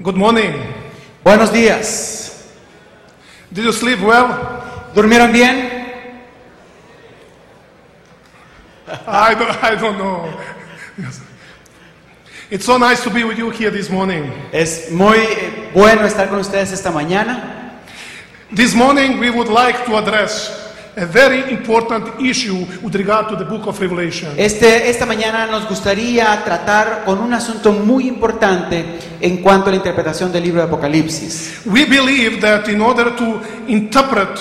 Good morning. Buenos días. Did you sleep well? ¿Durmieron bien? I don't, I don't know. It's so nice to be with you here this morning. Es muy eh, bueno estar con ustedes esta mañana. This morning, we would like to address a very important issue with regard to the book of Revelation. Este, esta mañana nos gustaría tratar con un asunto muy importante en cuanto a la interpretación del libro de Apocalipsis. We believe that in order to interpret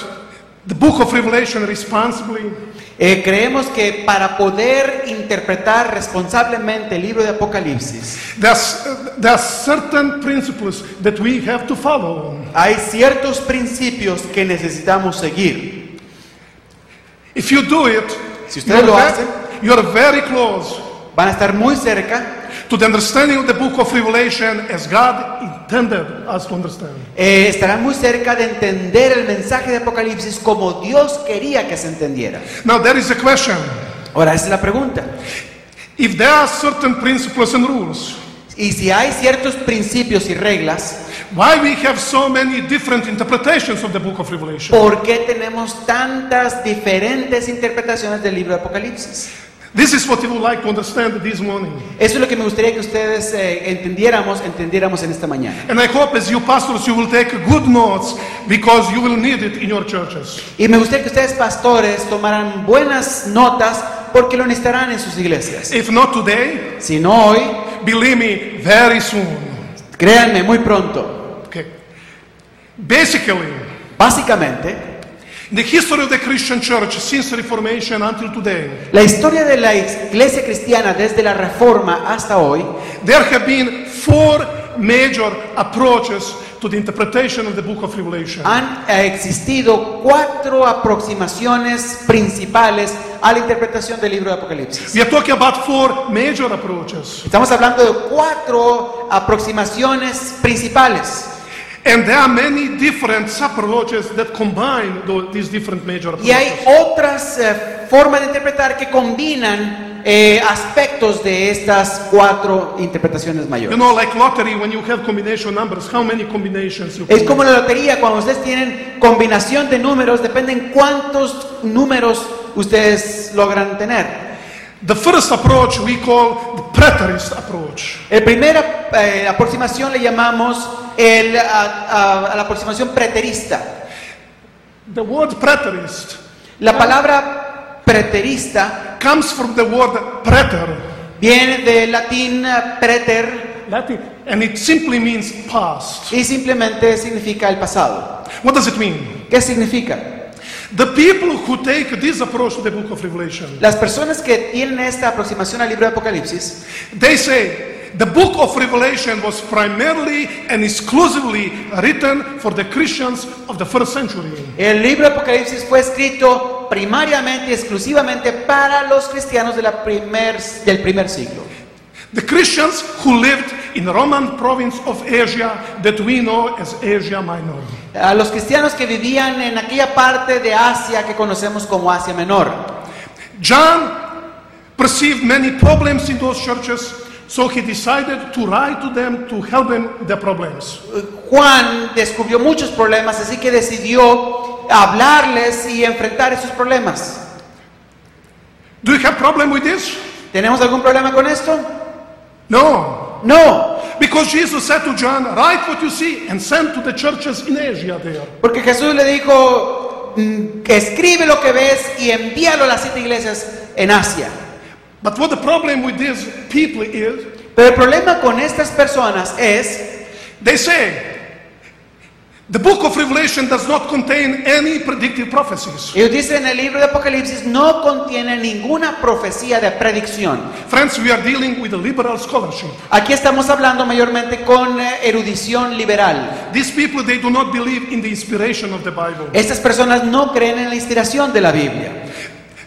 the book of Revelation responsibly, Eh, creemos que para poder interpretar responsablemente el libro de Apocalipsis there's, there are certain principles that we have to follow. hay ciertos principios que necesitamos seguir. If you do it, Si ustedes lo you're ve- hacen. you're very close Van a estar muy cerca. to the understanding of the book of Revelation as God intended us to understand. eh, estarán muy cerca de entender el mensaje de Apocalipsis como Dios quería que se entendiera. Now, there is a question. Ahora, esa es la pregunta. If there are certain principles and rules, Y si hay ciertos principios y reglas, why we have so many different interpretations of the book of Revelation? ¿por qué tenemos tantas diferentes interpretaciones del libro de Apocalipsis? This is what we would like to understand this morning. Eso es lo que me gustaría que ustedes eh, entendiéramos, entendiéramos en esta mañana. And I hope as you pastors you will take good notes because you will need it in your churches. Y me gustaría que ustedes, pastores, tomaran buenas notas porque lo necesitarán en sus iglesias. If not today, Si no hoy, believe me, very soon. créanme, muy pronto. Okay. Basically, Básicamente, the history of the Christian church since Reformation until today, la historia de la iglesia cristiana desde la Reforma hasta hoy There have been four major approaches to the interpretation of the book of Revelation. Han eh, existido cuatro aproximaciones principales a la interpretación del libro de Apocalipsis. We are talking about four major approaches, Estamos hablando de cuatro aproximaciones principales and there are many different approaches that combine tho- these different major y hay approaches. otras eh, formas de interpretar que combinan eh, aspectos de estas cuatro interpretaciones You mayores. know, like lottery, when you have combination numbers, how many combinations you Es can como la lotería, cuando ustedes tienen combinación de números, dependen cuántos números ustedes logran tener. The first approach we call the preterist approach. El primera eh, aproximación le llamamos el, a, a- a la aproximación preterista. The word preterist La palabra preterista comes from the word preter, viene del latín eh, preter Latin, and it simply means past. y simplemente significa el pasado. What does it mean? ¿Qué significa? The people who take this approach to the book of Revelation, Las personas que tienen esta aproximación al libro de Apocalipsis they say the book of Revelation was primarily and exclusively written for the Christians of the first century. El libro de Apocalipsis fue escrito primariamente y exclusivamente para los cristianos de la primer- del primer siglo. The Christians who lived in Roman province of Asia that we know as Asia Minor. A los cristianos que vivían en aquella parte de Asia que conocemos como Asia Menor. John perceived many problems in those churches, so he decided to write to them to help them with their problems. Juan descubrió muchos problemas, así que decidió hablarles y enfrentar esos problemas. Do you have problem with this? ¿Tenemos algún problema con esto? No. No, Because Jesus said to John, Write what you see and send to the churches in Asia there. porque Jesús le dijo, mm, escribe lo que ves y envíalo a las siete iglesias en Asia. But what the problem with these people is, Pero el problema con estas personas es they say, the book of Revelation does not contain any predictive prophecies. Ellos dicen en el libro de Apocalipsis no contiene ninguna profecía de predicción. Friends, we are dealing with a liberal scholarship. Aquí estamos hablando mayormente con eh, erudición liberal. These people, they do not believe in the inspiration of the Bible. Estas personas no creen en la inspiración de la Biblia.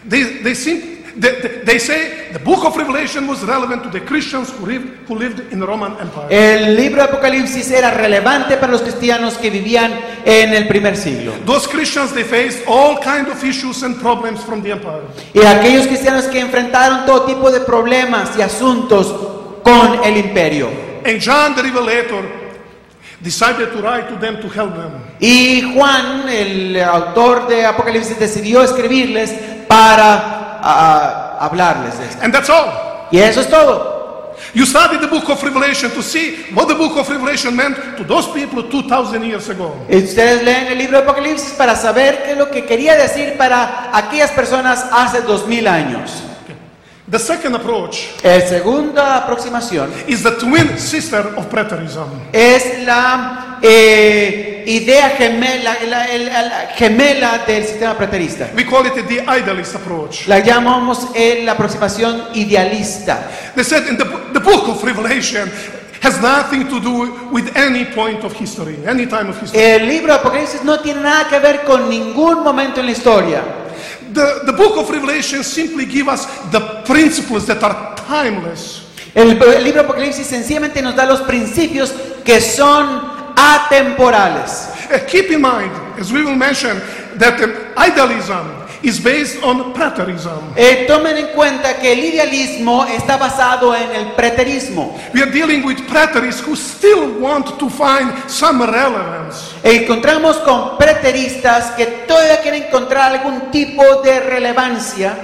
They, they, seem, they, they- they say the book of Revelation was relevant to the Christians who lived, who lived in the Roman Empire. El libro de Apocalipsis era relevante para los cristianos que vivían en el primer siglo. Those Christians, they faced all kind of issues and problems from the empire. Y aquellos cristianos que enfrentaron todo tipo de problemas y asuntos con el imperio. And John the Revelator decided to write to them to help them. Y Juan, el autor de Apocalipsis, decidió escribirles para ah, hablarles de esto. And that's all. Y eso es todo. You study the book of Revelation to see what the book of Revelation meant to those people 2,000 years ago. Y Ustedes leen el libro de Apocalipsis para saber qué es lo que quería decir para aquellas personas hace dos mil años. The second approach La segunda aproximación is the twin sister of preterism. es la eh, idea gemela, la- el- la gemela del sistema preterista. We call it the idealist approach. La llamamos eh, la aproximación idealista. They said in the, the book of Revelation has nothing to do with any point of history, any time of history. El libro de Apocalipsis no tiene nada que ver con ningún momento en la historia. The, the book of Revelation simply gives us the principles that are timeless. El, el libro de Apocalipsis sencillamente nos da los principios que son atemporales. Uh, keep in mind, as we will mention, that um, idealism is based on preterism. Eh, tomen en cuenta que el idealismo está basado en el preterismo. We are dealing with preterists who still want to find some relevance. E Encontramos con preteristas que todavía quieren encontrar algún tipo de relevancia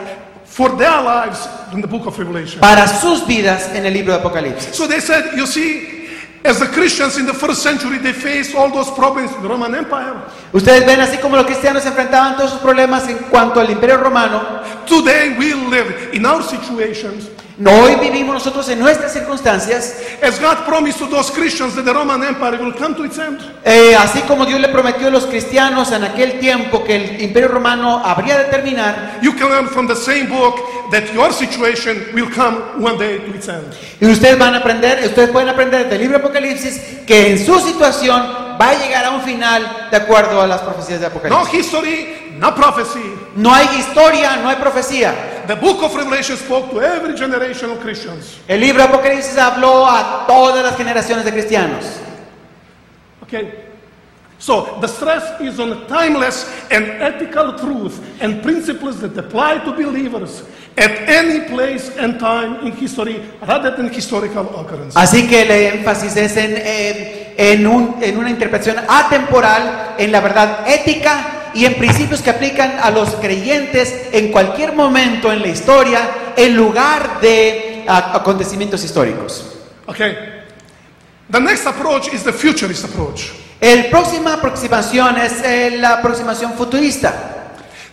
for their lives in the book of Revelation. para sus vidas en el libro de Apocalipsis. So they said, you see, as the Christians in the first century, they faced all those problems in the Roman Empire. Ustedes ven así como los cristianos enfrentaban todos sus problemas en cuanto al imperio romano. Today we live in our situations. Hoy vivimos nosotros en nuestras circunstancias, As God promised to those Christians that the Roman Empire will come to its end, eh, así como Dios le prometió a los cristianos en aquel tiempo que el imperio romano habría de terminar, you can learn from the same book that your situation will come one day to its end. y ustedes van a aprender, ustedes pueden aprender del libro de Apocalipsis que en su situación va a llegar a un final de acuerdo a las profecías de No Apocalipsis. history, no prophecy. No hay historia, no hay profecía. The book of Revelation spoke to every generation of Christians. El libro de Apocalipsis habló a todas las generaciones de cristianos. Okay? So the stress is on timeless and ethical truth and principles that apply to believers at any place and time in history rather than historical occurrence. Así que el énfasis es en, eh, en un- en una interpretación atemporal, en la verdad ética y en principios que aplican a los creyentes en cualquier momento en la historia, en lugar de a- acontecimientos históricos. Okay. The next approach is the futurist approach. El próxima aproximación es eh, la aproximación futurista.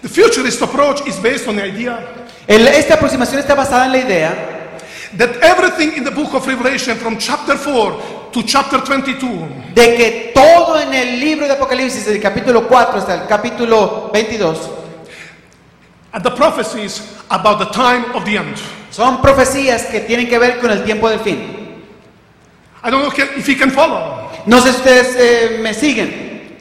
The futurist approach is based on the idea El- esta aproximación está basada en la idea that everything in the book of Revelation from chapter 4 to chapter 22 de que todo en el libro de Apocalipsis, del capítulo 4 hasta el capítulo 22, are the prophecies about the time of the end. son profecías que tienen que ver con el tiempo del fin. I don't know ca- if you can follow. No sé si ustedes eh, me siguen.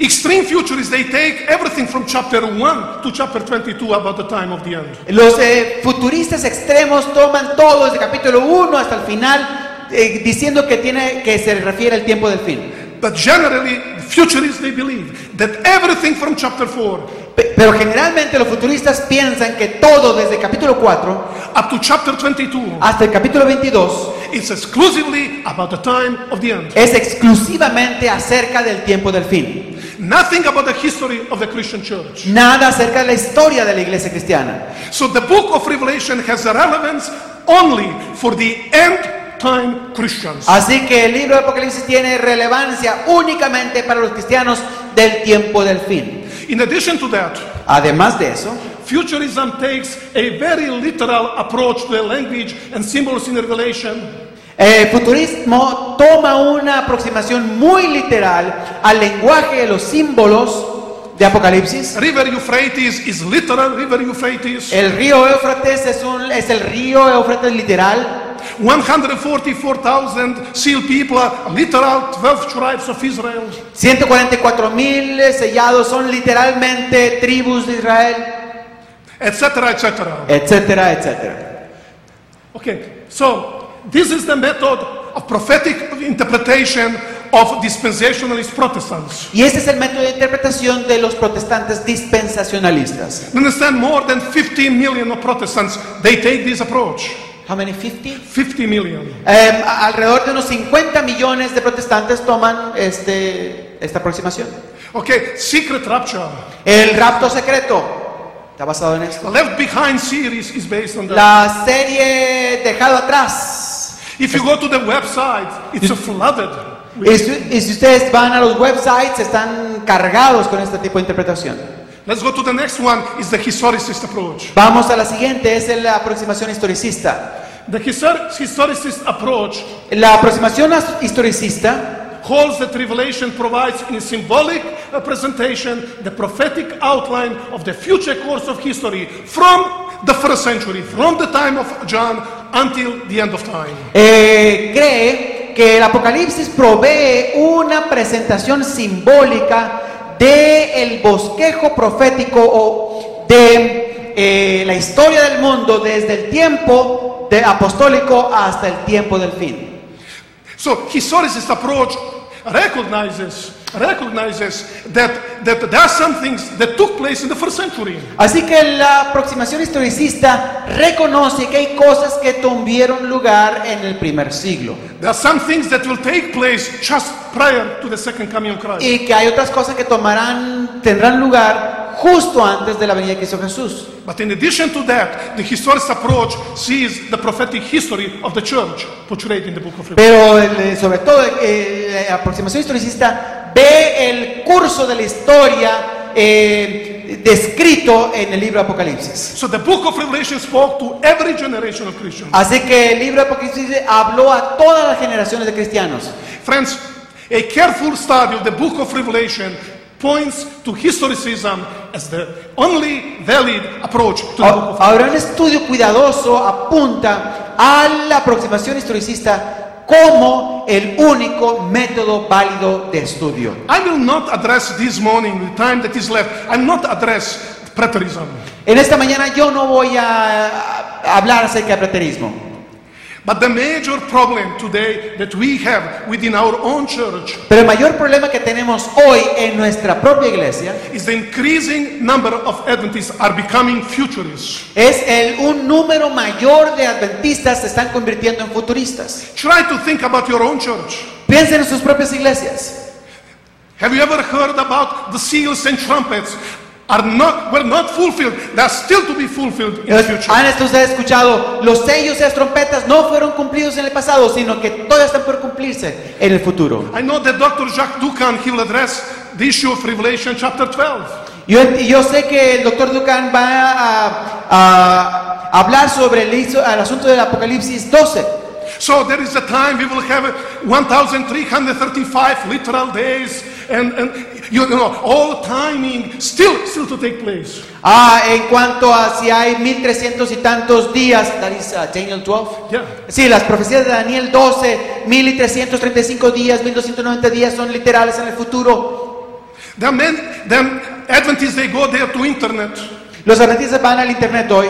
Extreme futurists, they take everything from chapter 1 to chapter 22 about the time of the end. Los eh, futuristas extremos toman todo desde capítulo 1 hasta el final, eh, diciendo que, tiene, que se refiere al tiempo del fin. But generally, futurists, they believe that everything from chapter 4 Pe- Pero generalmente los futuristas piensan que todo desde capítulo 4 up to chapter 22 hasta el capítulo 22 is exclusively about the time of the end. es exclusivamente acerca del tiempo del fin. Nothing about the history of the Christian church. Nada acerca de la historia de la iglesia cristiana. So the book of Revelation has a relevance only for the end time Christians. Así que el libro de Apocalipsis tiene relevancia únicamente para los cristianos del tiempo del fin. In addition to that, Además de eso, futurism takes a very literal approach to the language and symbols in Revelation. el futurismo toma una aproximación muy literal al lenguaje de los símbolos de Apocalipsis. River Euphrates is literal River Euphrates. El río Éufrates es, un- es el río Éufrates literal. 144,000 sealed people are literal 12 tribes of Israel. 144 mil sellados son literalmente tribus de Israel, etc., etc. etcétera, etcétera. Okay, so this is the method of prophetic interpretation of dispensationalist Protestants. Y este es el método de interpretación de los protestantes dispensacionalistas. You understand, more than 15 million of Protestants they take this approach. How many? 50? 50 million. Em, a- alrededor de unos 50 millones de protestantes toman este, esta aproximación. Okay, secret rapture. El rapto secreto está basado en esto. The Left Behind series is based on that. La serie Dejado Atrás. If you go to the website, it's flooded. with- Y si, y si ustedes van a los websites, están cargados con este tipo de interpretación. Let's go to the next one. Is the historicist approach. Vamos a la siguiente, es la aproximación historicista. The histor- historicist approach La aproximación as- historicista holds that revelation provides in symbolic uh, presentation the prophetic outline of the future course of history from the first century, from the time of John until the end of time. eh, cree que el Apocalipsis provee una presentación simbólica del bosquejo profético o de eh, la historia del mundo desde el tiempo de- apostólico hasta el tiempo del fin. So historicist approach recognizes recognizes that that there are some things that took place in the first century. Así que la aproximación historicista reconoce que hay cosas que tuvieron lugar en el primer siglo There are some things that will take place just prior to the second coming of Christ. y que hay otras cosas que tomarán, tendrán lugar justo antes de la venida de Cristo Jesús. But in addition to that, the historicist approach sees the prophetic history of the church portrayed in the book of Revelation. Pero eh, sobre todo eh, la aproximación historicista ve el curso de la historia eh, descrito en el libro Apocalipsis. So the book of Revelation spoke to every generation of Christians. Así que el libro Apocalipsis habló a todas las generaciones de cristianos. Friends, a careful study of the book of Revelation points to historicism as the only valid approach to the book A- of Ahora, un estudio cuidadoso apunta a la aproximación historicista como el único método válido de estudio. I will not address this morning, the time that is left, I'm not address preterism. En esta mañana yo no voy a a hablar acerca del preterismo, But the major problem today that we have within our own church pero el mayor problema que tenemos hoy en nuestra propia iglesia is the increasing number of Adventists are becoming futurists. es el un número mayor de adventistas se están convirtiendo en futuristas. Try to think about your own church. Piensen en sus propias iglesias. Have you ever heard about the seals and trumpets are not were not fulfilled? They are still to be fulfilled in the future. ¿Han ustedes escuchado? Los sellos y las trompetas no fueron cumplidos en el pasado, sino que todavía están por cumplirse en el futuro. I know that Dr. Jacques Ducan he will address the issue of Revelation chapter 12. Yo, ent- yo sé que el doctor Ducan va a, a hablar sobre el, hizo- el asunto del Apocalipsis 12. So there is a time we will have 1,335 literal days, and, and you know all timing still still to take place. Ah, en cuanto a si hay 1300 y tantos días, that is, uh, Daniel 12. Yeah. Sí, las profecías de Daniel 12, 1335 días, 1290 días son literales en el futuro. Then men, then Adventists they go there to internet Los adventistas van al internet hoy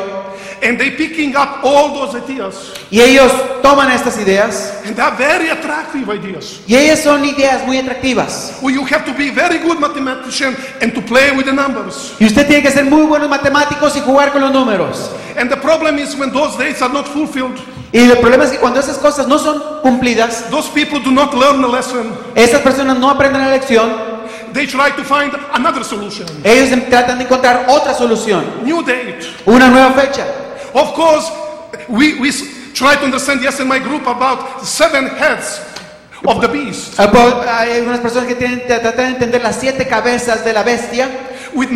and they picking up all those ideas, y ellos toman estas ideas and they are very attractive ideas. y ellas son ideas muy atractivas. Well, you have to be very good mathematician and to play with the numbers. Y usted tiene que ser muy buenos matemáticos y jugar con los números. And the problem is when those dates are not fulfilled, Y el problema es que cuando esas cosas no son cumplidas, those people do not learn the lesson. esas personas no aprenden la lección, They try to find another solution, ellos em- tratan de encontrar otra solución, new date. una nueva fecha. Of course, we, we s- try to understand, yes, in my group about seven heads of the beast. Ah, po- Hay algunas personas que tienen, tra- tratan de entender las siete cabezas de la bestia. With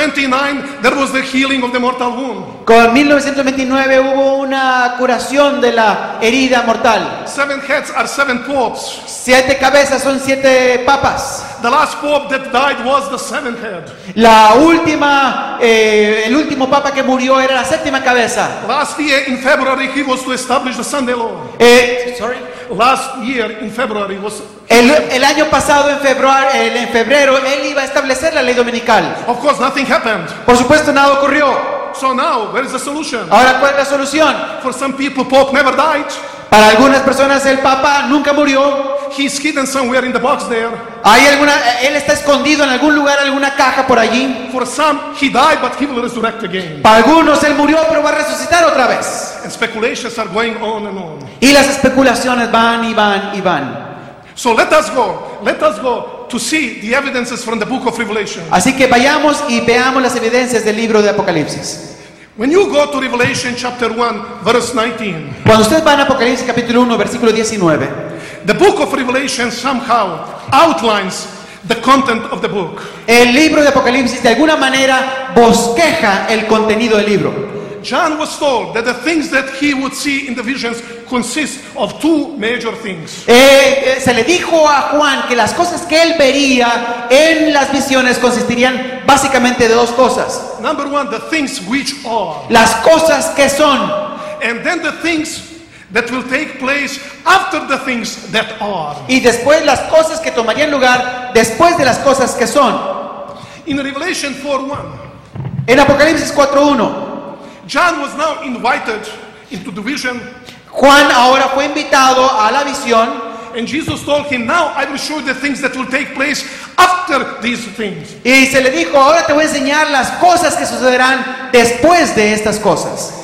1929, there was the healing of the mortal wound. Con 1929 hubo una curación de la herida mortal. Seven heads are seven popes. Siete cabezas son siete papas. The last pope that died was the seventh head. La última, eh, el último papa que murió era la séptima cabeza. Last year in February, he was to establish the Sunday law. Eh, sorry. Last year in February was, of El, el año pasado, en febrero, en febrero, él iba a establecer la ley dominical. course, nothing happened. Por supuesto, nada ocurrió. So now, where is the solution? Ahora, ¿cuál es la solución? For some people, Pope never died. Para algunas personas, el Papa nunca murió. He's hidden somewhere in the box there. Hay alguna, él está escondido en algún lugar, alguna caja por allí. For some, he died, but he will resurrect again. Para algunos, él murió, pero va a resucitar otra vez. and speculations are going on and on. Y las especulaciones van y van y van. So let us go. Let us go to see the evidences from the book of Revelation. Así que vayamos y veamos las evidencias del libro de Apocalipsis. When you go to Revelation chapter 1, verse 19, Cuando ustedes van a Apocalipsis capítulo 1, versículo 19, the book of Revelation somehow outlines the content of the book. el libro de Apocalipsis de alguna manera bosqueja el contenido del libro. John was told that the things that he would see in the visions consist of two major things. Eh, eh, se le dijo a Juan que las cosas que él vería en las visiones consistirían básicamente de dos cosas. Number one, the things which are, Las cosas que son and then the things that will take place after the things that are. y después las cosas que tomarían lugar después de las cosas que son. In Revelation 4:1, En Apocalipsis 4.1, John was now invited into the vision, Juan ahora fue invitado a la visión and Jesus told him, Now I will show you the things that will take place after these things. y se le dijo, ahora te voy a enseñar las cosas que sucederán después de estas cosas.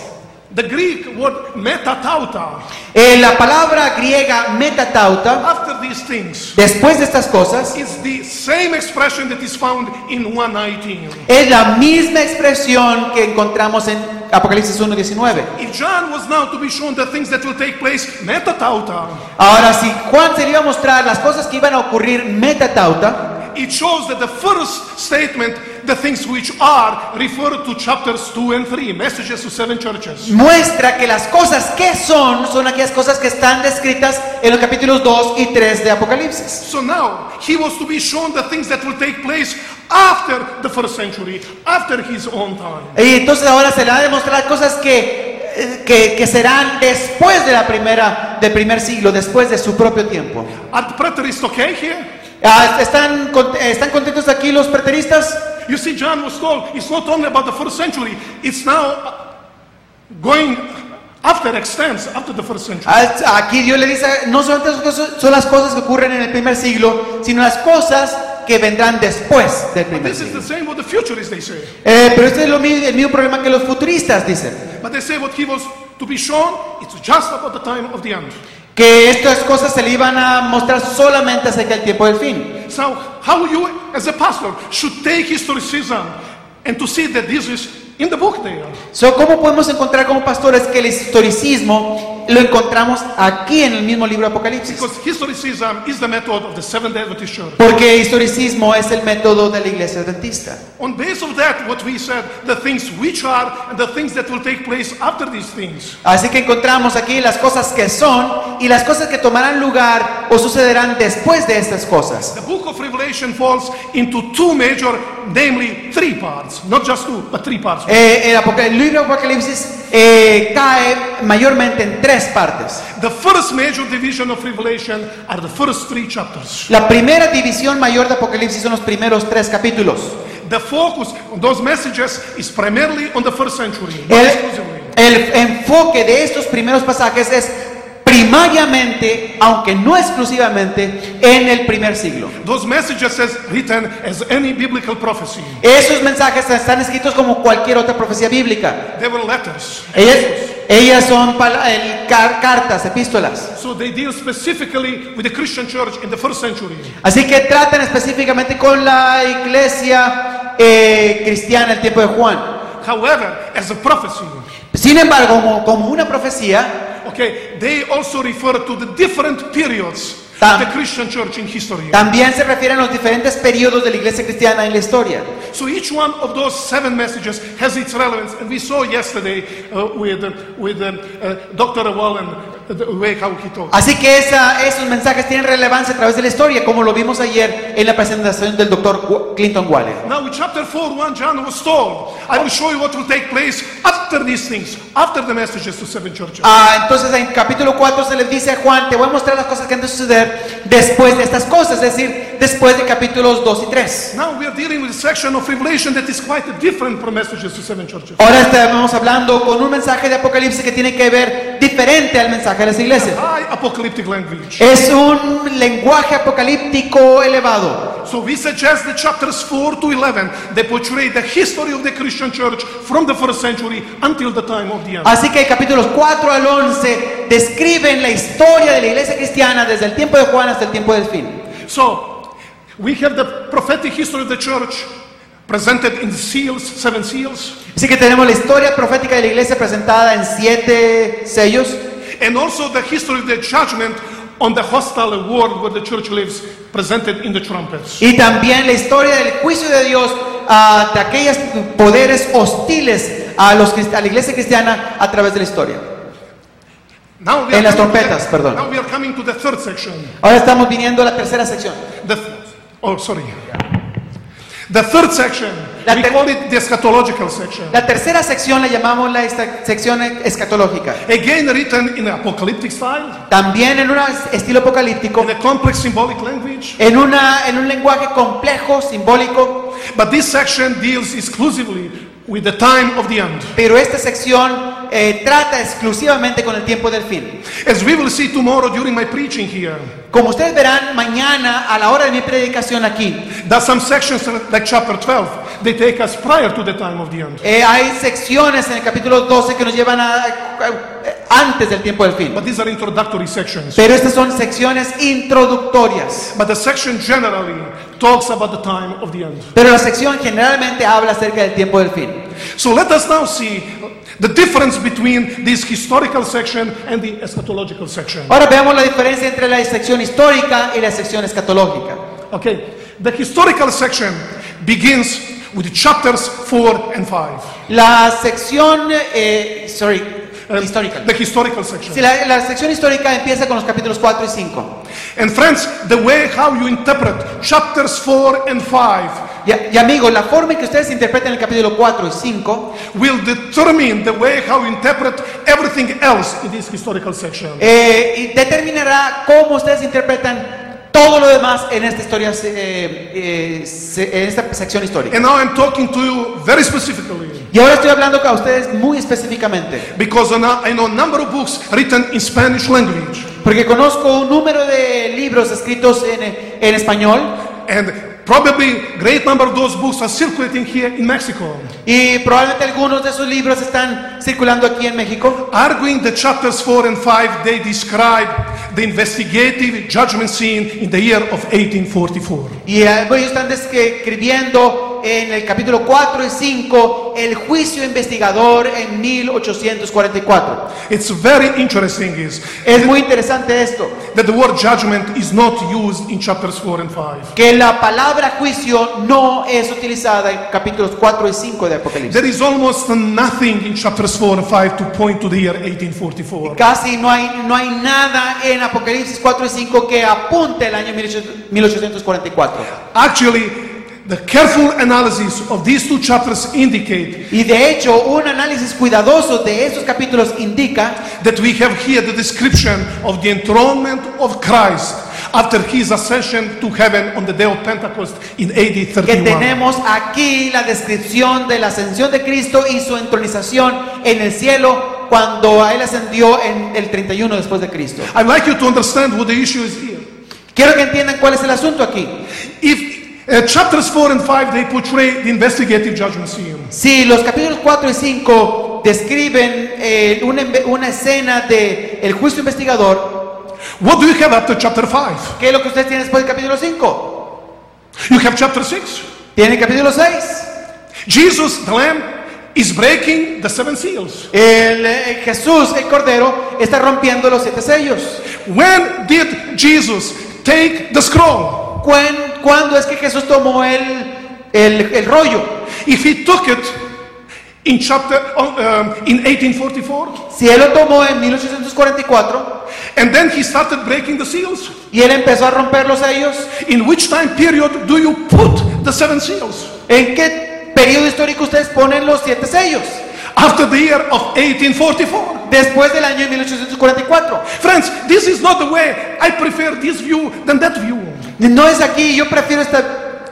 The Greek word metatauta, Eh, la palabra griega metatauta, after these things, después de estas cosas, is the same expression that is found in 119. Es la misma expresión que encontramos en Apocalipsis 1.19. If John was now to be shown the things that will take place, metatauta, Ahora, si Juan se le iba a mostrar las cosas que iban a ocurrir metatauta, it shows that the first statement, the things which are, refer to chapters 2 and 3, messages to seven churches. muestra que las cosas que son son aquellas cosas que están descritas en los capítulos 2 y 3 de Apocalipsis. So now he was to be shown the things that will take place after the first century, after his own time. Y entonces ahora se le va a demostrar cosas que, eh, que, que serán después de la primera, del primer siglo, después de su propio tiempo. Are the preterists okay here? Ah, ¿Están, con- eh, ¿Están contentos aquí los preteristas? You see, John was told it's not only about the first century, it's now uh, going after extends after the first century. A- Ah, Aquí Dios le dice, no solamente las cosas- son las cosas que ocurren en el primer siglo, sino las cosas que vendrán después del primer This is the siglo. same what the futurists they say. Eh, pero este es lo mi- el mismo problema que los futuristas dicen, But they say what he was to be shown, it's just about the time of the end. que estas cosas se le iban a mostrar solamente acerca del tiempo del fin. So, how you, as a pastor, should take historicism and to see that this is in the book there. So, ¿Cómo podemos encontrar como pastores que el historicismo lo encontramos aquí en el mismo libro de Apocalipsis? Because historicism is the method of the Seventh day Adventist Church. Porque historicismo es el método de la iglesia adventista. On base of that, what we said, the things which are and the things that will take place after these things. Así que encontramos aquí las cosas que son y las cosas que tomarán lugar o sucederán después de estas cosas. The book of Revelation falls into two major, namely three parts, not just two, but three parts. Eh, el, Apoca- el libro de Apocalipsis eh, cae mayormente en tres partes. The first major division of Revelation are the first three chapters. La primera división mayor de Apocalipsis son los primeros tres capítulos. The focus on those messages is primarily on the first century, not El, exclusively. el enfoque de estos primeros pasajes es primariamente, aunque no exclusivamente, en el primer siglo. Those messages as written as any biblical prophecy. Esos mensajes están escritos como cualquier otra profecía bíblica. They were letters. Ellas, ellas son pala- el- car- cartas, epístolas. So they deal specifically with the Christian church in the first century. Así que tratan específicamente con la iglesia eh, cristiana el tiempo de Juan. However, as a prophecy, Sin embargo, como, como una profecía, okay, they also refer to the different periods Tam- of the Christian church in history. también se refieren a los diferentes periodos de la iglesia cristiana en la historia. So each one of those seven messages has its relevance, and we saw yesterday uh, with, with um, uh, Dr. Wallen uh, the way how he talked. Así que esa- esos mensajes tienen relevancia a través de la historia, como lo vimos ayer en la presentación del doctor Clinton Waller. Now, in chapter 4, 1 John was told, I will show you what will take place after these things, after the messages to seven churches. Ah, entonces en capítulo 4 se les dice a Juan, te voy a mostrar las cosas que han de suceder después de estas cosas, es decir, después de capítulos 2 y 3. Now we are dealing with a section of Revelation that is quite different from messages to seven churches. Ahora estamos hablando con un mensaje de Apocalipsis que tiene que ver diferente al mensaje de las iglesias. High apocalyptic language. Es un lenguaje apocalíptico elevado. todo. So we suggest the chapters 4 to 11. They portray the history of the Christian church from the first century until the time of the end. Así que capítulos 4 al 11 describen la historia de la iglesia cristiana desde el tiempo de Juan hasta el tiempo del fin. So we have the prophetic history of the church presented in seals, seven seals, Así que tenemos la historia profética de la iglesia presentada en siete sellos and also the history of the judgment on the hostile world where the church lives presented in the trumpets. y también la historia del juicio de Dios ah, de aquellos poderes hostiles a, los, crist- a la iglesia cristiana a través de la historia. Now we En are las coming to trompetas, the, perdón. Now we are coming to the third section. Ahora estamos viniendo a la tercera sección. The th- oh, sorry. The third section, La we ter- call it the eschatological section. La tercera sección la llamamos la esta- sección escatológica. Again written in apocalyptic style, También en un estilo apocalíptico, in a complex symbolic language. en, una, en un lenguaje complejo, simbólico, But this section deals exclusively with the time of the end. pero esta sección eh, trata exclusivamente con el tiempo del fin. As we will see tomorrow during my preaching here, Como ustedes verán mañana a la hora de mi predicación aquí, there are some sections like chapter 12, they take us prior to the time of the end. Eh, hay secciones en el capítulo 12 que nos llevan a, eh, antes del tiempo del fin. But these are introductory sections. Pero estas son secciones introductorias. But the section generally talks about the time of the end. Pero la sección generalmente habla acerca del tiempo del fin. So let us now see the difference between this historical section and the eschatological section. Ahora veamos la diferencia entre la sección histórica y la sección escatológica. Okay, the historical section begins with chapters 4 and 5. La sección, eh, sorry, Um, histórica. The historical section. Sí, la, la sección histórica empieza con los capítulos 4 y 5. And friends, the way how you interpret chapters 4 and 5 Y, y amigos, la forma en que ustedes interpretan el capítulo 4 y 5 will determine the way how you interpret everything else in this historical section. Eh, y determinará cómo ustedes interpretan todo lo demás en esta historia, eh, eh, se- en esta sección histórica. And now I'm talking to you very specifically Y ahora estoy hablando a ustedes muy específicamente, because I know- I know a number of books written in Spanish language. porque conozco un número de libros escritos en, eh, en español And probably great number of those books are circulating here in Mexico, y probablemente algunos de esos libros están circulando aquí en México, arguing that chapters 4 and 5 they describe the investigative judgment scene in the year of 1844. y eh, ellos están describiendo en el capítulo 4 y 5 el juicio investigador en 1844. It's very interesting is Es muy interesante esto. that the word judgment is not used in chapters 4 and 5. que la palabra juicio no es utilizada en capítulos 4 y 5 de Apocalipsis. There is almost nothing in chapters 4 and 5 to point to the year 1844. Casi no hay, no hay nada en Apocalipsis 4 y 5 que apunte el año 18- 1844. Actually, the careful analysis of these two chapters indicate Y de hecho, un análisis cuidadoso de estos capítulos indica that we have here the description of the enthronement of Christ after his ascension to heaven on the day of Pentecost in AD que 31. tenemos aquí la descripción de la ascensión de Cristo y su entronización en el cielo cuando a él ascendió en el 31 después de Cristo. I'd like you to understand what the issue is here. Quiero que entiendan cuál es el asunto aquí. If uh, chapters 4 and 5 they portray the investigative judgment scene, Sí, los capítulos 4 y 5 describen eh, una, inve- una escena de el juicio investigador. what do you have after chapter 5? ¿Qué es lo que ustedes tienen después del capítulo 5? You have chapter 6. Tienen el capítulo 6. Jesus, the Lamb, is breaking the seven seals. El, eh, Jesús, el Cordero, está rompiendo los siete sellos. When did Jesus take the scroll? ¿Cuán- ¿Cuándo es que Jesús tomó el, el, el rollo? If he took it in chapter uh, um, in 1844, Si él lo tomó en 1844 and then he started breaking the seals, y él empezó a romper los sellos, in which time period do you put the seven seals? ¿en qué periodo histórico ustedes ponen los siete sellos? After the year of 1844. Después del año de 1844. Friends, this is not the way I prefer this view than that view. No es aquí, yo prefiero este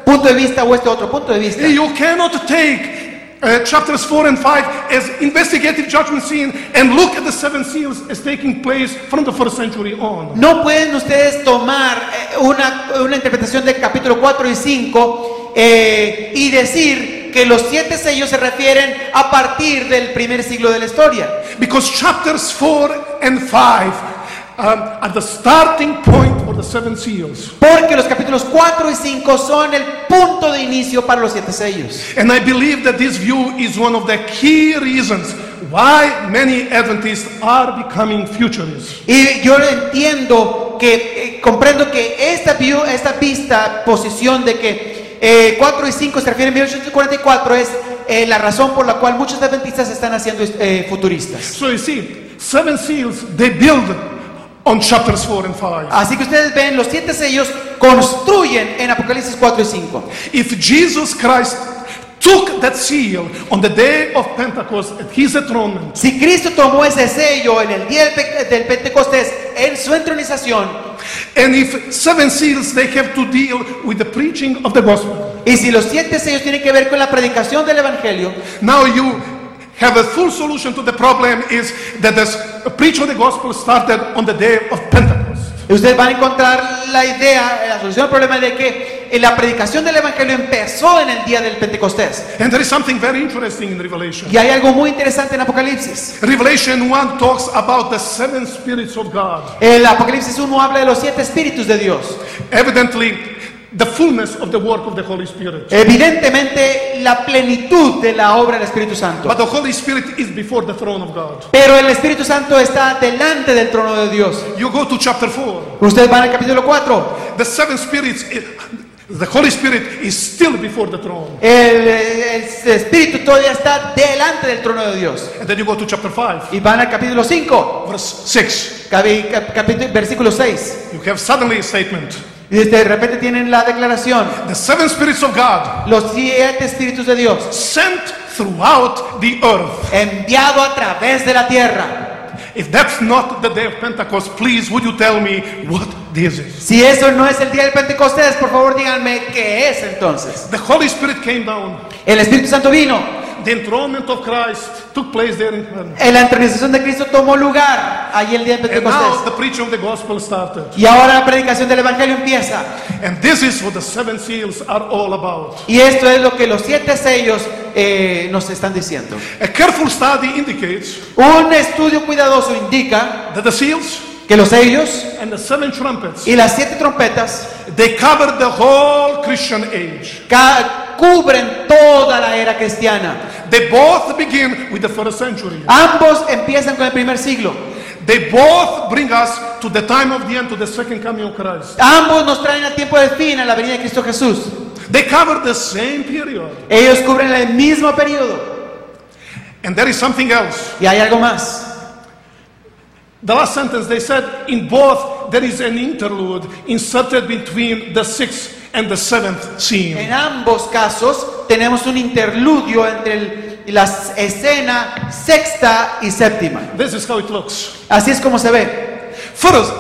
punto de vista o este otro punto de vista. You cannot take uh, chapters 4 and 5 as investigative judgment scene and look at the seven seals as taking place from the first century on. No pueden ustedes tomar eh, una, una interpretación del capítulo 4 y 5 eh, y decir que los siete sellos se refieren a partir del primer siglo de la historia. Because chapters 4 and 5 um, are the starting point for the seven seals. Porque los capítulos 4 y 5 son el punto de inicio para los siete sellos. And I believe that this view is one of the key reasons why many Adventists are becoming futurists. Y yo entiendo que, eh, comprendo que esta, view, esta vista, posición de que eh, 4 y 5 se refieren a 1844 es eh, la razón por la cual muchos adventistas se están haciendo eh, futuristas. So you see, seven seals they build on chapters 4 and 5. Así que ustedes ven, los siete sellos construyen en Apocalipsis 4 y 5. If Jesus Christ took that seal on the day of Pentecost at his enthronement, Si Cristo tomó ese sello en el día del Pe- del Pentecostés, en su entronización, and if seven seals they have to deal with the preaching of the gospel, y si los siete sellos tienen que ver con la predicación del Evangelio, now you have a full solution to the problem is that the preach of the gospel started on the day of Pentecost. ustedes van a encontrar la idea, la solución al problema de que eh, la predicación del Evangelio empezó en el día del Pentecostés. And there is something very interesting in Revelation. Y hay algo muy interesante en Apocalipsis. Revelation 1 talks about the seven spirits of God. El Apocalipsis 1 habla de los siete espíritus de Dios. Evidently, the fullness of the work of the Holy Spirit. Evidentemente, la plenitud de la obra del Espíritu Santo. But the Holy Spirit is before the throne of God. Pero el Espíritu Santo está delante del trono de Dios. You go to chapter 4. Ustedes van al capítulo 4. The seven spirits, the Holy Spirit is still before the throne. El, eh, el Espíritu todavía está delante del trono de Dios. And then you go to chapter 5, Y van al capítulo 5, verse 6. capi- cap- capítulo- versículo 6. You have suddenly a statement. Y de repente tienen la declaración. The seven spirits of God Los siete espíritus de Dios sent throughout the earth. enviado a través de la tierra. If that's not the day of Pentecost, please would you tell me what this is? Si eso no es el día del Pentecostés, por favor díganme qué es entonces. The Holy Spirit came down. El Espíritu Santo vino. The enthronement of Christ took place there in heaven. Eh, La entronización de Cristo tomó lugar allí el día del And now Pentecostés. the preaching of the gospel started. Y ahora la predicación del Evangelio empieza. And this is what the seven seals are all about. Y esto es lo que los siete sellos eh, nos están diciendo. A careful study indicates Un estudio cuidadoso indica that the seals que los sellos and the seven trumpets y las siete trompetas they cover the whole Christian age. ca- cubren toda la era cristiana. They both begin with the first century. Ambos empiezan con el primer siglo. They both bring us to the time of the end, to the second coming of Christ. Ambos nos traen a tiempo del fin a la venida de Cristo Jesús. They cover the same period. Ellos cubren el mismo periodo. And there is something else. Y hay algo más. The last sentence they said in both there is an interlude inserted between the sixth and the seventh scene. En ambos casos tenemos un interludio entre el- la escena sexta y séptima. This is how it looks. Así es como se ve. First,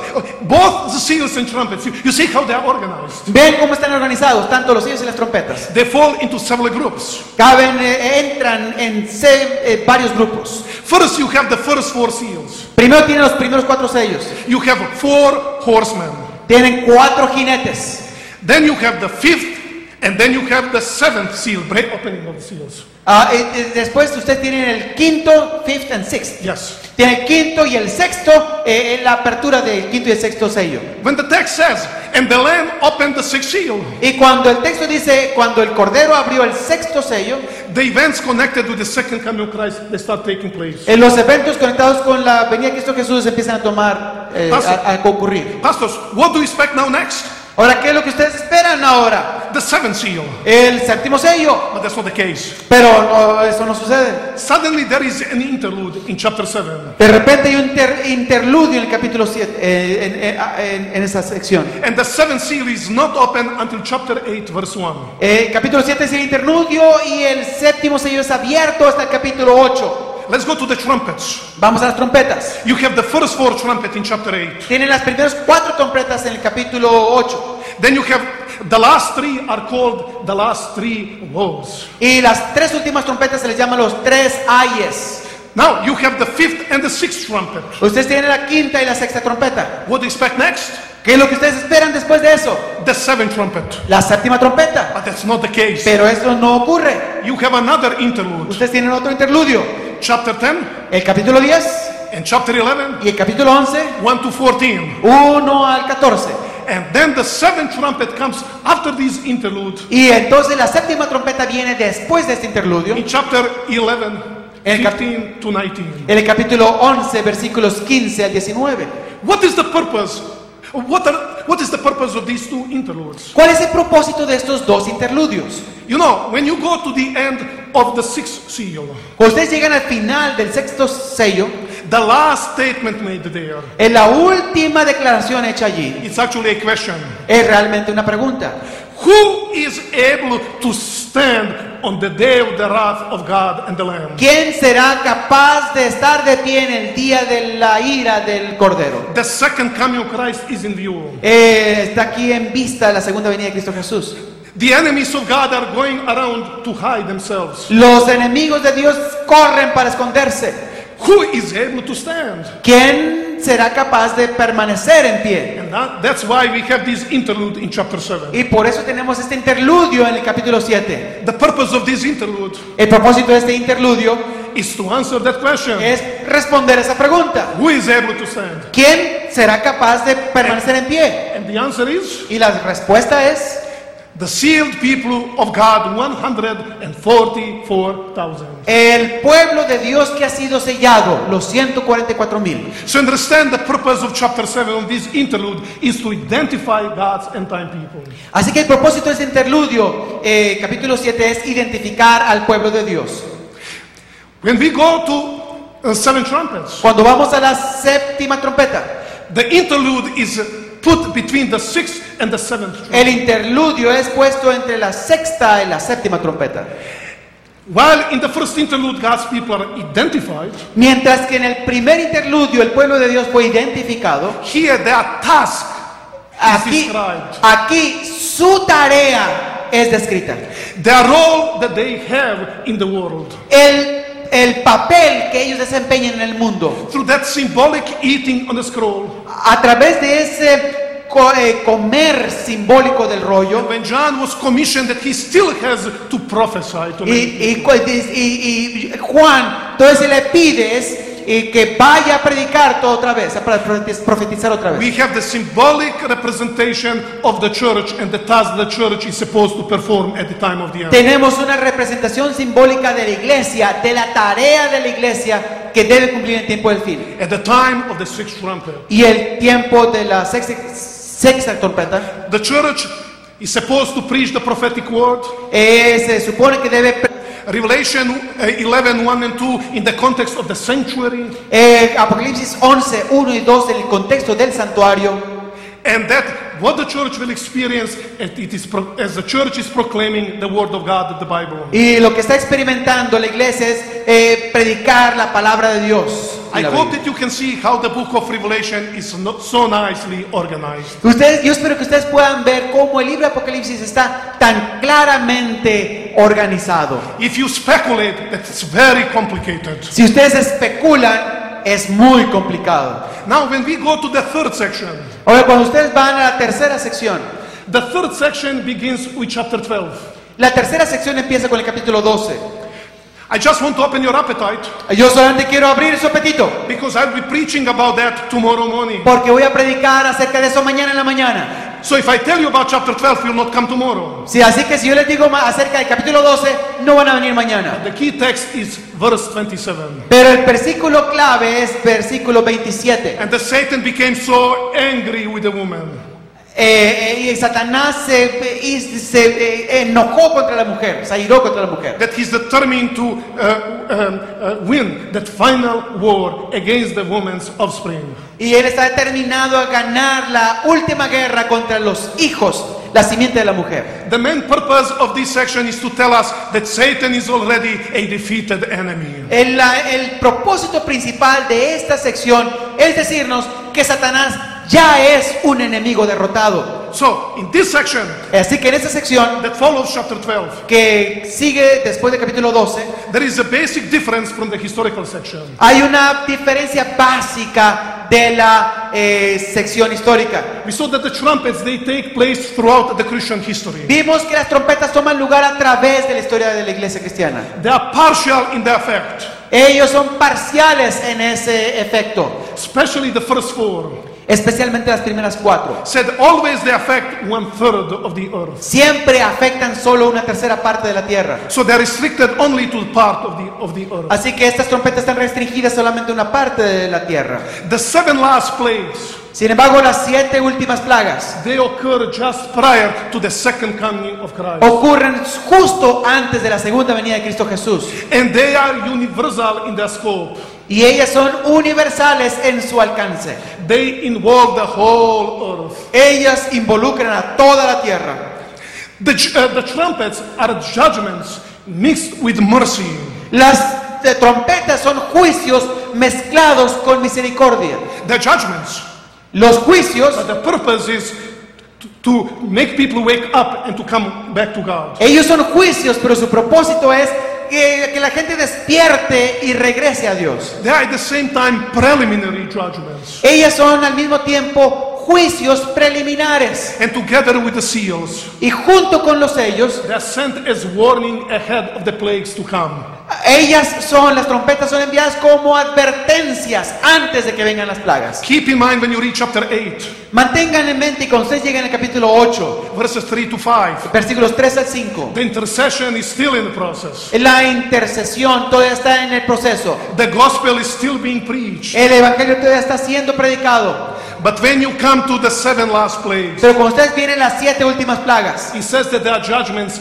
both the seals and trumpets, you, you see how they are organized. Ven cómo están organizados, tanto los sellos y las trompetas. They fall into several groups. Caben, eh, entran en se- eh, varios grupos. First, you have the first four seals. Primero tienen los primeros cuatro sellos. You have four horsemen. Tienen cuatro jinetes. Then you have the fifth, and then you have the seventh seal, break opening of the seals. Ah, eh, eh, después ustedes tienen el quinto, fifth and sixth. Yes. Tienen el quinto y el sexto, eh, eh, la apertura del quinto y el sexto sello. When the text says, and the Lamb opened the sixth seal, Y cuando el texto dice, cuando el cordero abrió el sexto sello, the events connected with the second coming of Christ, they start taking place. eh, los eventos conectados con la venida de Cristo Jesús empiezan a tomar, eh, a, a concurrir. Pastors, what do you expect now next? Ahora, ¿qué es lo que ustedes esperan ahora? The seventh seal. El séptimo sello. But that's not the case. Pero no, eso no sucede. Suddenly there is an interlude in chapter 7. De repente hay un inter- interludio en el capítulo 7, en, en- ah, en- en esa sección. And the seventh seal is not open until chapter 8, verse 1. El capítulo 7 es el interludio y el séptimo sello es abierto hasta el capítulo 8. Let's go to the trumpets. Vamos a las trompetas. You have the first four trumpet in chapter 8. Tienen las primeras cuatro trompetas en el capítulo 8. Then you have the last three are called the last three woes. Y las tres últimas trompetas se les llaman los tres ayes. Now you have the fifth and the sixth trumpet. Ustedes tienen la quinta y la sexta trompeta. What do you expect next? ¿Qué es lo que ustedes esperan después de eso? The seventh trumpet. La séptima trompeta. But that's not the case. Pero eso no ocurre. You have another interlude. Ustedes tienen otro interludio. Chapter 10 El capítulo 10 and chapter 11, y el capítulo 11, 1 to 14. 1 al 14. And then the seventh trumpet comes after this interlude. Y entonces la séptima trompeta viene después de este interludio. In chapter 11, El cap- 15 to 19. En el capítulo 11, versículos 15 al 19. What is the purpose? What, are, what is the purpose of these two interludes? ¿Cuál es el propósito de estos dos interludios? You know, when you go to the end of the sixth seal, Ustedes llegan al final del sexto sello. the last statement made there, Es la última declaración hecha allí. it's actually a question. Es realmente una pregunta. Who is able to stand on the day of the wrath of God and the Lamb? ¿Quién será capaz de estar de pie en el día de la ira del Cordero? The second coming of Christ is in view. Eh, está aquí en vista la segunda venida de Cristo Jesús. The enemies of God are going around to hide themselves. Los enemigos de Dios corren para esconderse. Who is able to stand? ¿Quién será capaz de permanecer en pie? And that- that's why we have this interlude in chapter 7. Y por eso tenemos este interludio en el capítulo 7. The purpose of this interlude El propósito de este interludio is to answer that question. es responder esa pregunta. Who is able to stand? ¿Quién será capaz de permanecer en pie? And the answer is Y la respuesta es the sealed people of God 144,000. el pueblo de Dios que ha sido sellado, los 144 mil. So understand the purpose of chapter 7 of this interlude is to identify God's end time people. Así que el propósito de este interludio, eh, capítulo 7, es identificar al pueblo de Dios. When we go to uh, seven trumpets, Cuando vamos a la séptima trompeta, the interlude is uh, put between the sixth and the seventh trumpet. el interludio es puesto entre la sexta y la séptima trompeta. While in the first interlude God's people are identified, Mientras que en el primer interludio el pueblo de Dios fue identificado, here their task is Aquí, described. aquí su tarea es descrita. Their role that they have in the world. El, el papel que ellos desempeñan en el mundo. Through that symbolic eating on the scroll, A través de ese co- eh, comer simbólico del rollo. when John was commissioned that he still has to prophesy to Y, me. y cu- y- y- y Juan, entonces le pides eh, que vaya a predicar todo otra vez, a pra- profetiz- profetizar otra vez. We have the symbolic representation of the church and the task the church is supposed to perform at the time of the end. Tenemos una representación simbólica de la iglesia, de la tarea de la iglesia que debe cumplir en tiempo del fin. At the time of the sixth trumpet, Y el tiempo de la sexta, sexta trompeta, the church is supposed to preach the prophetic word. eh, se supone que debe pre- Revelation uh, 11, 1 and 2 in the context of the sanctuary. eh, Apocalipsis 11, 1 y 2 en el contexto del santuario. And that what the church will experience as, it is pro- as the church is proclaiming the word of God, the Bible. Y lo que está experimentando la iglesia es eh, predicar la palabra de Dios. y I la hope Biblia. that you can see how the book of Revelation is not so nicely organized. Ustedes, yo espero que ustedes puedan ver cómo el libro de Apocalipsis está tan claramente organizado. If you speculate, that's very complicated. Si ustedes especulan, es muy complicado. Now, when we go to the third section, Ahora, cuando ustedes van a la tercera sección, the third section begins with chapter 12. la tercera sección empieza con el capítulo 12. I just want to open your appetite Yo solamente quiero abrir su apetito, because I'll be preaching about that tomorrow morning. porque voy a predicar acerca de eso mañana en la mañana. So, if I tell you about chapter 12, you'll not come tomorrow. Sí, así que si yo les digo ma- acerca del capítulo 12, no van a venir mañana. The key text is verse 27. Pero el versículo clave es versículo 27. And the Satan became so angry with the woman Eh, eh, y Satanás se, y se, eh, enojó contra la mujer, se airó contra la mujer. that he's determined to uh, um, uh, win that final war against the woman's offspring. Y él está determinado a ganar la última guerra contra los hijos la simiente de la mujer. The main purpose of this section is to tell us that Satan is already a defeated enemy. El, la- el propósito principal de esta sección es decirnos que Satanás ya es un enemigo derrotado. So, in this section Así que en esta sección that follows chapter 12, que sigue después del capítulo 12, there is a basic difference from the historical section. hay una diferencia básica de la eh, sección histórica. We saw that the trumpets they take place throughout the Christian history. Vimos que las trompetas toman lugar a través de la historia de la iglesia cristiana. They are partial in their effect, Ellos son parciales en ese efecto, especially the first four. especialmente las primeras cuatro. Said always they affect one third of the earth. Siempre afectan solo una tercera parte de la tierra. So they are restricted only to the part of the, of the earth. Así que estas trompetas están restringidas solamente a una parte de la tierra. The seven last plagues Sin embargo, las siete últimas plagas They occur just prior to the second coming of Christ. ocurren justo antes de la segunda venida de Cristo Jesús. And they are universal in their scope. Y ellas son universales en su alcance. They involve the whole earth. Ellas involucran a toda la tierra. The, ju- uh, the trumpets are judgments mixed with mercy. Las eh, trompetas son juicios mezclados con misericordia. They're judgments. Los juicios, But the purpose is to, to make people wake up and to come back to God. ellos son juicios, pero su propósito es que, que la gente despierte y regrese a Dios. They are at the same time preliminary judgments. Ellas son al mismo tiempo juicios preliminares And together with the seals, y junto con los sellos, they are sent as warning ahead of the plagues to come. ellas son, las trompetas son enviadas como advertencias antes de que vengan las plagas. Keep in mind when you read chapter 8, Mantengan en mente y cuando ustedes lleguen al capítulo 8, verses 3 to 5. versículos 3 al 5, The intercession is still in the process. la intercesión todavía está en el proceso. The gospel is still being preached. El evangelio todavía está siendo predicado. But when you come to the seven last plagues, Pero cuando ustedes vienen las siete últimas plagas, he says that there are judgments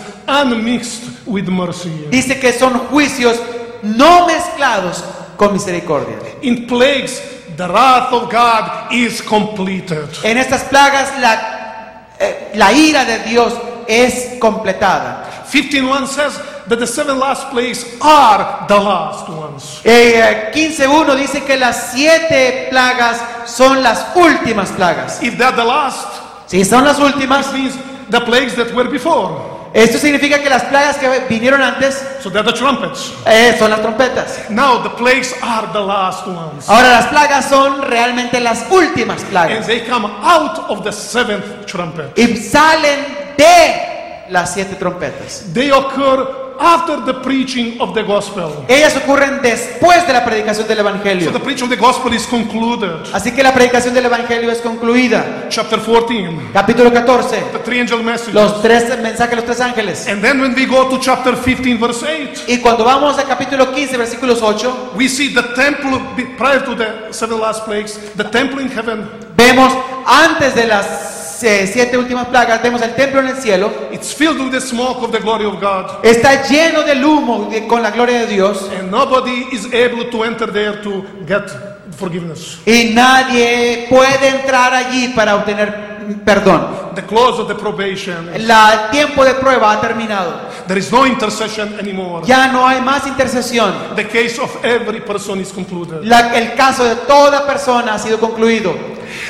unmixed with mercy. dice que son juicios no mezclados con misericordia. In plagues, the wrath of God is completed. En estas plagas la, eh, la ira de Dios es completada. 15.1 says that the seven last plagues are the last ones. Eh, eh, 15.1 dice que las siete plagas son las últimas plagas. If they're the last, Si son las últimas, that means the plagues that were before. esto significa que las plagas que vinieron antes So they're the trumpets. eh, son las trompetas. Now the plagues are the last ones. Ahora las plagas son realmente las últimas And plagas. they come out of the seventh trumpet. Y salen de las siete trompetas. They occur after the preaching of the gospel. Ellas ocurren después de la predicación del So the Evangelio. preaching of the gospel is concluded. Así que la predicación del Evangelio es concluida. Chapter 14, Capítulo 14. the three angel message. Los tres mensajes de los tres ángeles. And then when we go to chapter 15, verse 8, Y cuando vamos al capítulo 15, versículos 8, we see the temple be- prior to the seven last plagues, the temple in heaven. vemos antes de las eh, siete últimas plagas, vemos el templo en el cielo. It's filled with the smoke of the glory of God. Está lleno del humo de- con la gloria de Dios. And nobody is able to enter there to get forgiveness. Y nadie puede entrar allí para obtener mm, perdón. The close of the probation. La- El tiempo de prueba ha terminado. There is no intercession anymore. Ya no hay más intercesión. The case of every person is concluded. La- el caso de toda persona ha sido concluido.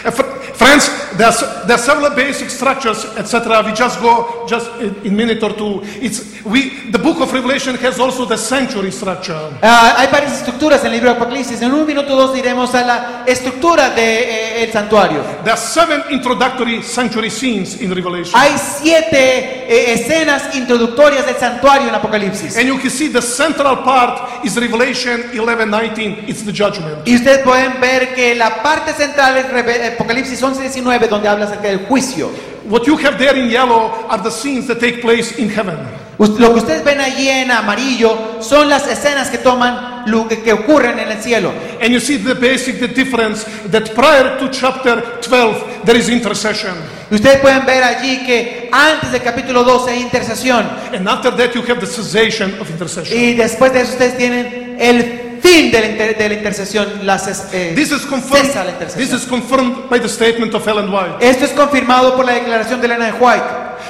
Uh, fr- Friends, there's, there are several basic structures, etc. We just go just in, in minute or two. It's we. The Book of Revelation has also the sanctuary structure. Ah, hay varias estructuras en el libro de Apocalipsis. En un minuto o dos iremos a la estructura del santuario. There are seven introductory sanctuary scenes in Revelation, Hay siete eh, escenas introductorias del santuario en Apocalipsis. and you can see the central part is Revelation 11:19. It's the judgment. Y ustedes pueden ver que la parte central es Reve- Apocalipsis 11:19, donde habla acerca del juicio. What you have there in yellow are the scenes that take place in heaven. Us- Lo que ustedes ven allí en amarillo son las escenas que toman lu- que que ocurren en el cielo. And you see the basic the difference that prior to chapter 12 there is intercession, Y ustedes pueden ver allí que antes del capítulo 12 hay intercesión and after that you have the cessation of intercession. y después de eso ustedes tienen el fin de la, inter- de la intercesión. Las, es- eh, This is confirmed. cesa la This intercesión. is confirmed by the statement of Ellen White. Esto es confirmado por la declaración de Elena de White.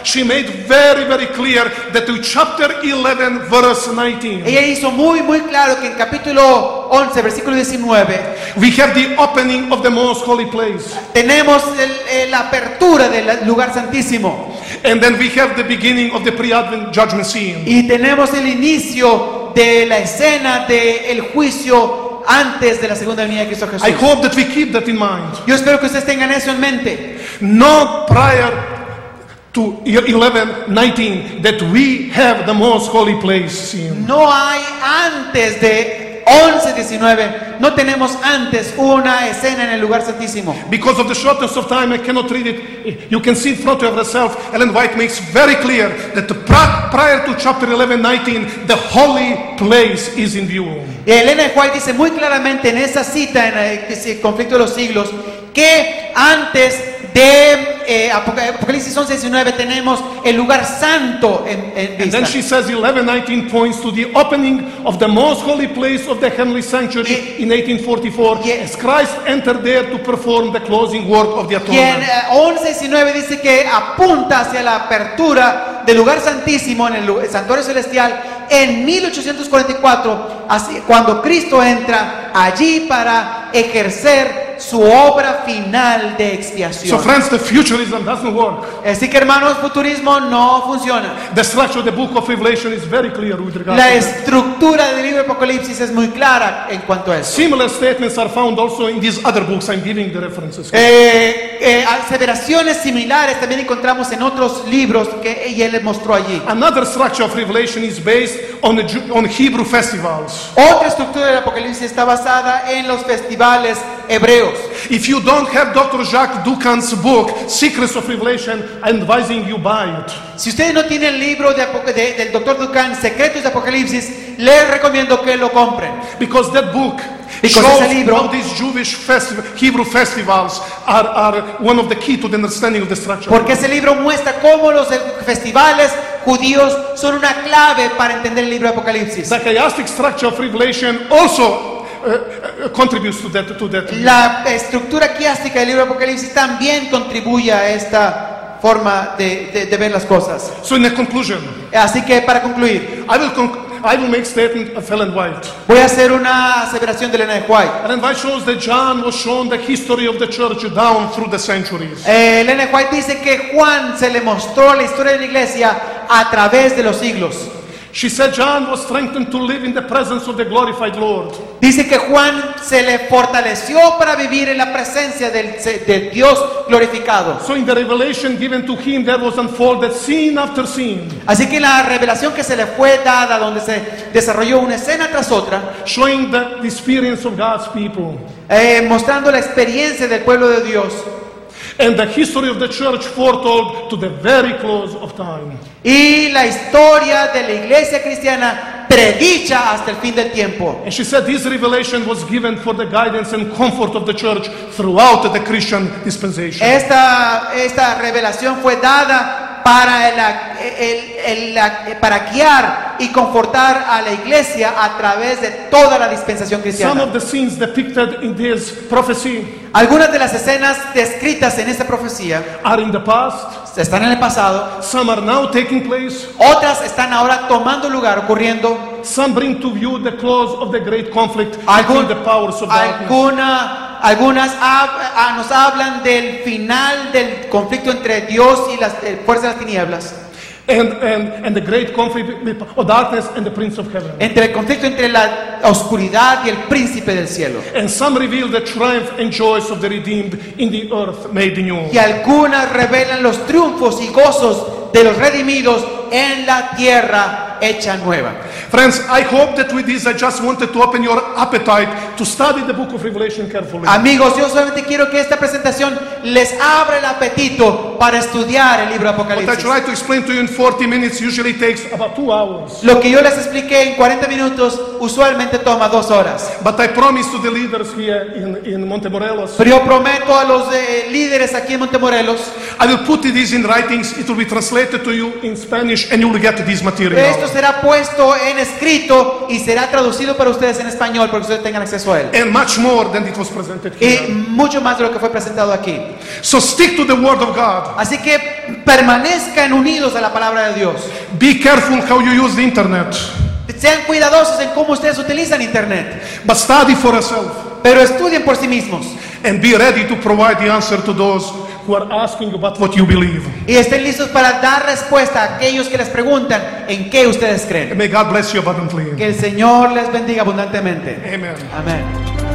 she made very, very clear that in chapter 11, verse 19, Ella hizo muy, muy claro que en capítulo 11, versículo 19, we have the opening of the most holy place. tenemos el- el- la apertura del lugar santísimo And then we have the beginning of the pre Advent judgment scene. y tenemos el inicio de la escena del juicio antes de la segunda venida de Cristo I Jesús. hope that we keep that in mind. Yo espero que ustedes tengan eso en mente. Not prior to 11, 19, that we have the most holy place scene. No hay antes de 11, 19, no tenemos antes una escena en el lugar santísimo. Because of the shortness of time, I cannot read it. You can see in front of yourself, Ellen White makes very clear that the pri- prior to chapter 11, 19, the holy place is in view. Y Elena de White dice muy claramente en esa cita en el que se- conflicto de los siglos que antes de eh, Apoca- Apocalipsis 11, 19 tenemos el lugar santo en, en And vista. then she says 11, 19 points to the opening of the most holy place of the heavenly sanctuary Yeah. in 1844 Yeah. as Christ entered there to perform the closing work of the Y en atonement. eh, 11, 19 dice que apunta hacia la apertura del lugar santísimo en el, lu- el santuario celestial en 1844, así, cuando Cristo entra allí para ejercer su obra final de So expiación. friends, the futurism doesn't work. Así que hermanos, futurismo no funciona. The structure of the book of Revelation is very clear with regard La to that. estructura del libro de Apocalipsis es muy clara en cuanto a eso. Similar statements are found also in these other books. I'm giving the references. Eh, eh, aseveraciones similares también encontramos en otros libros que ella le mostró allí. Another structure of Revelation is based on, the Ju- on Hebrew festivals. Otra estructura del Apocalipsis está basada en los festivales hebreos. If you don't have Dr. Jacques Ducan's book, Secrets of Revelation, I'm advising you buy it. Si ustedes no tienen el libro de Apoca- de- del doctor Ducan, Secretos de Apocalipsis, les recomiendo que lo compren. Because that book Because shows ese libro- how these Jewish festi- Hebrew festivals are, are one of the key to the understanding of the structure. Porque ese libro muestra cómo los eh, festivales judíos son una clave para entender el libro de Apocalipsis. the chiastic structure of Revelation also uh, uh, contributes to that. To that. La estructura quiástica del libro de Apocalipsis también contribuye a esta forma de, de- de ver las cosas. So in the conclusion, Así que para concluir, I will, conc- I will make statement of Ellen White. voy a hacer una aseveración de Elena de White. Ellen White shows that John was shown the history of the church down through the centuries. Eh, Elena de White dice que Juan se le mostró la historia de la iglesia a través de los siglos. She said John was strengthened to live in the presence of the glorified Lord. Dice que Juan se le fortaleció para vivir en la presencia del, se- del Dios glorificado. So in the revelation given to him, there was unfolded scene after scene, Así que la revelación que se le fue dada, donde se desarrolló una escena tras otra, showing the, the experience of God's people. eh, mostrando la experiencia del pueblo de Dios And the history of the church foretold to the very close of time. y la historia de la iglesia cristiana predicha hasta el fin del tiempo. And she said this revelation was given for the guidance and comfort of the church throughout the Christian dispensation. Esta, esta revelación fue dada para, el- el- el- la- para guiar y confortar a la iglesia a través de toda la dispensación Some cristiana. of the scenes depicted in this prophecy Algunas de las escenas descritas en esta profecía are in the past, están en el pasado, some are now taking place, otras están ahora tomando lugar, ocurriendo some bring to view the close of the great conflict between Algún- the powers of darkness. alguna- algunas hab- ah, nos hablan del final del conflicto entre Dios y las eh, fuerzas de las tinieblas, And, and, and the great conflict with- of darkness and the Prince of Heaven. entre el conflicto entre la oscuridad y el príncipe del cielo. And some reveal the triumph and joys of the redeemed in the earth made new. Y algunas revelan los triunfos y gozos de los redimidos en la tierra hecha nueva. Friends, I hope that with this I just wanted to open your appetite to study the book of Revelation carefully. Amigos, yo solamente quiero que esta presentación les abra el apetito para estudiar el libro What de I Apocalipsis. try to explain to you in 40 minutes usually takes about two hours. Lo que yo les expliqué en 40 minutos usualmente toma dos horas. But I promise to the leaders here in, in Montemorelos, Pero yo prometo a los eh, líderes aquí en Montemorelos, I will put this in writings, it will be translated to you in Spanish, and you will get this esto material. será puesto en escrito y será traducido para ustedes en español para que ustedes tengan acceso a él. And much more than it was presented Y here. mucho más de lo que fue presentado aquí. So stick to the Word of God. Así que que permanezcan unidos a la palabra de Dios. Be careful how you use the internet, Sean cuidadosos en cómo ustedes utilizan Internet, but study for yourself pero estudien por sí mismos and be ready to provide the answer to those who are asking about what you believe. y estén listos para dar respuesta a aquellos que les preguntan en qué ustedes creen. And may God bless you abundantly. Que el Señor les bendiga abundantemente. Amen. Amén.